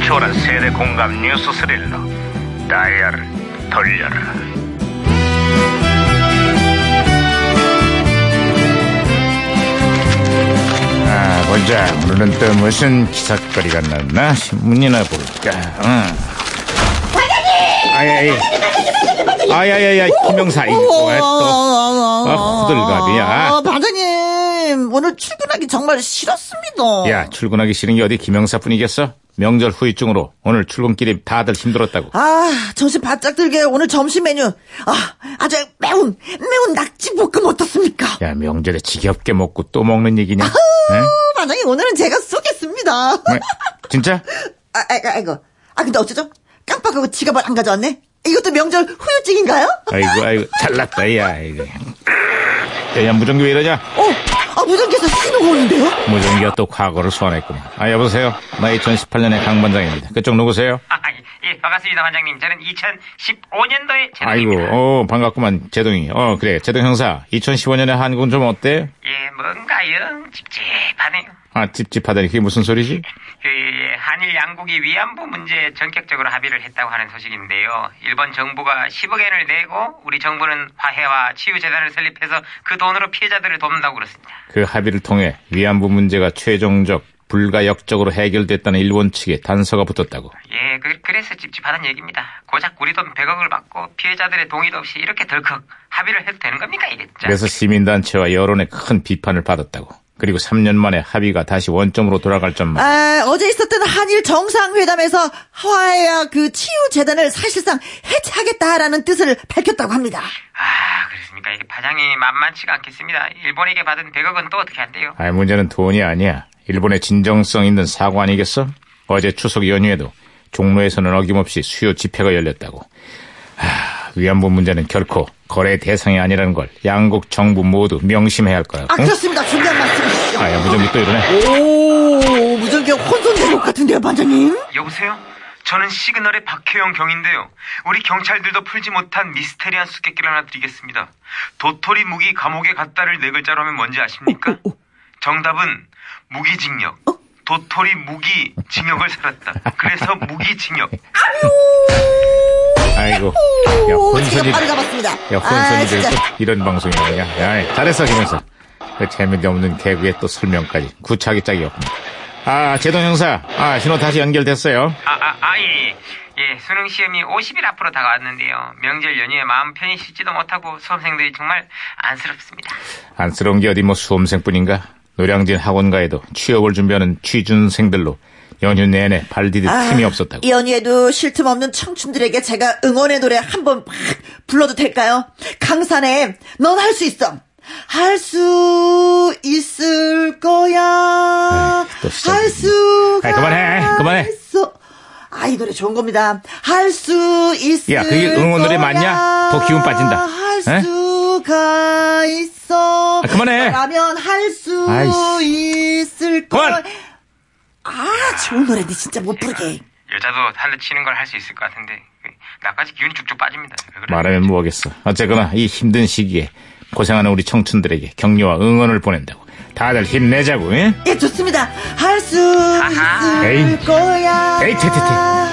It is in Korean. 시원한 세대 공감 뉴스 스릴러 다이얼을 돌려라 아 보자 오늘은 또 무슨 기사거리가 났나 신문이나 볼까 응. 아야야 아야야야 김영사 이거 왜 또. 아, 호들갑이야. 아, 반장님, 오늘 출근하기 정말 싫었습니다. 야 출근하기 싫은 게 어디 김영사뿐이겠어 명절 후유증으로 오늘 출근길이 다들 힘들었다고 아, 정신 바짝 들게 오늘 점심 메뉴. 아, 아주 매운, 매운 낙지 볶음 어떻습니까? 야 명절에 지겹게 먹고 또 먹는 얘기냐 응? 어, 반장님, 오늘은 제가 쏘겠습니다. 뭐, 진짜? 아, 아이고, 아이고. 아, 근데 어쩌죠? 깜빡하고 지갑을 안 가져왔네? 이것도 명절 후유증인가요? 아이고 아이고 잘났다 야 이거 야, 야 무전기 왜 이러냐 어, 아, 무전기에서 신호가 오는데요? 무전기가 또 과거를 소환했구만 아 여보세요 나 2018년의 강반장입니다 그쪽 누구세요? 아, 예, 반갑습니다, 반장님. 저는 2015년도에 아이고 제동입니다. 어 반갑구만 제동이 어 그래 제동 형사 2015년의 한국은 좀 어때? 예, 뭔가요? 찝찝하네요. 아 찝찝하다니 그게 무슨 소리지? 그, 예, 한일 양국이 위안부 문제에 전격적으로 합의를 했다고 하는 소식인데요. 일본 정부가 10억 엔을 내고 우리 정부는 화해와 치유 재단을 설립해서 그 돈으로 피해자들을 돕는다고 그렇습니다. 그 합의를 통해 위안부 문제가 최종적 불가역적으로 해결됐다는 일본 측의 단서가 붙었다고 예, 그, 그래서 찝찝하다는 얘기입니다. 고작 우리 돈 100억을 받고 피해자들의 동의도 없이 이렇게 덜컥 합의를 해도 되는 겁니까, 이게 진짜? 그래서 시민단체와 여론의 큰 비판을 받았다고 그리고 3년 만에 합의가 다시 원점으로 돌아갈 점만 아, 어제 있었던 한일 정상회담에서 화해와 그 치유 재단을 사실상 해체하겠다라는 뜻을 밝혔다고 합니다. 아, 그렇습니까? 이게 파장이 만만치가 않겠습니다. 일본에게 받은 100억은 또 어떻게 한대요? 아, 문제는 돈이 아니야. 일본의 진정성 있는 사고 아니겠어? 어제 추석 연휴에도 종로에서는 어김없이 수요 집회가 열렸다고. 하, 위안부 문제는 결코 거래 대상이 아니라는 걸 양국 정부 모두 명심해야 할 거라고. 아, 그렇습니다. 중요한 말씀이시죠. 야, 무전기 또 이러네. 오, 무전기 혼선 대목 같은데요, 반장님? 여보세요? 저는 시그널의 박혜영 경인데요. 우리 경찰들도 풀지 못한 미스테리한 수께끼를 하나 드리겠습니다. 도토리 무기 감옥에 갔다를 네 글자로 하면 뭔지 어, 아십니까? 정답은 무기징역. 도토리 무기 징역을 살았다. 그래서 무기징역. 아이고. 예. 야, 오, 혼선이. 제가 바로 가봤습니다. 야, 아, 혼선이 들 진짜. 또 이런 방송이냐. 야, 잘했어, 김영사. 그 재미없는 개그의 또 설명까지. 구차하게 짝이 없네. 아, 제동 형사. 아, 신호 다시 연결됐어요. 아, 아, 아, 예. 예, 수능 시험이 50일 앞으로 다가왔는데요. 명절 연휴에 마음 편히 쉬지도 못하고 수험생들이 정말 안쓰럽습니다. 안쓰러운 게 어디 뭐 수험생뿐인가? 노량진 학원가에도 취업을 준비하는 취준생들로 연휴 내내 발디딜 아. 틈이 없었다고. 이 연휴에도 쉴 틈 없는 청춘들에게 제가 응원의 노래 한번 팍 불러도 될까요? 강산의 넌 할 수 있어. 할 수 있을 거야. 또 시작이네. 할 수가 아이, 그만해, 그만해. 있어. 아, 이 노래 좋은 겁니다. 할 수 있을 야, 그게 응원 노래 거야. 맞냐? 더 기운 빠진다. 할 에? 수가 있어. 아, 그만해. 라면 할 수 있을 거야. 그만. 아, 좋은 노래인데 진짜 못 부르게. 여자도 달래 치는 걸 할 수 있을 것 같은데 그, 나까지 기운이 쭉쭉 빠집니다. 왜 그래? 말하면 뭐하겠어. 어쨌거나 이 힘든 시기에 고생하는 우리 청춘들에게 격려와 응원을 보낸다고. 다들 힘내자고. 예? 예, 좋습니다. 할 수 아하. 있을 에이. 거야. 에이, 퇴퇴퇴.